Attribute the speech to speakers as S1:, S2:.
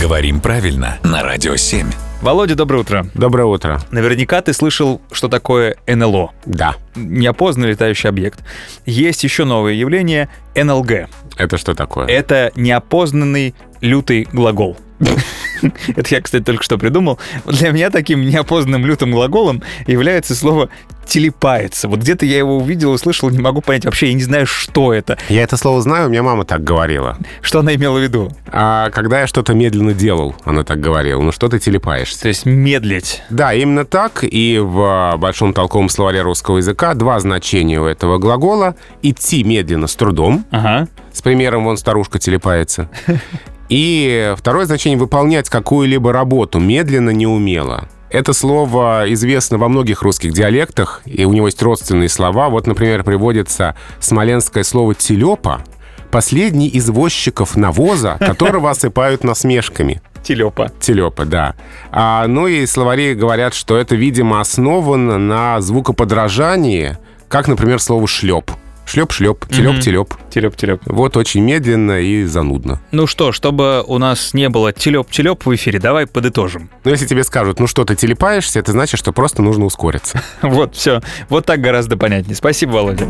S1: Говорим правильно на Радио 7.
S2: Володя, доброе утро.
S3: Доброе утро.
S2: Наверняка ты слышал, что такое НЛО.
S3: Да.
S2: Неопознанный летающий объект. Есть еще новое явление — НЛГ.
S3: Это что такое?
S1: Э-
S2: Это неопознанный лютый глагол. Это я, кстати, только что придумал. Для меня таким неопознанным лютым глаголом является слово «телепается». Вот где-то я его увидел, услышал, не могу понять вообще, я не знаю, что это,
S3: Я это слово знаю, у меня мама так говорила.
S2: что она имела в виду.
S3: А когда я что-то медленно делал, она так говорила, ну что ты телепаешься?
S2: То есть медлить.
S3: Да, именно так. И в э, большом толковом словаре русского языка два значения у этого глагола. Идти медленно, с трудом.
S2: Ага.
S3: С примером, вон старушка телепается. И второе значение — выполнять какую-либо работу медленно, неумело. Это слово известно во многих русских диалектах, и у него есть родственные слова. Вот, например, приводится смоленское слово «телепа», последний извозчиков навоза, которого осыпают насмешками.
S2: Телепа.
S3: Телепа, да. А, ну и словари говорят, что это, видимо, основано на звукоподражании, как, например, слово «шлеп». Шлеп-шлеп, телеп-телеп.
S2: Телеп-телеп.
S3: Вот очень медленно и занудно.
S2: Ну что, чтобы у нас не было телеп-телеп в эфире, давай подытожим.
S3: Но если тебе скажут, ну что, ты телепаешься, это значит, что просто нужно ускориться.
S2: Вот, все. Вот так гораздо понятнее. Спасибо, Володя.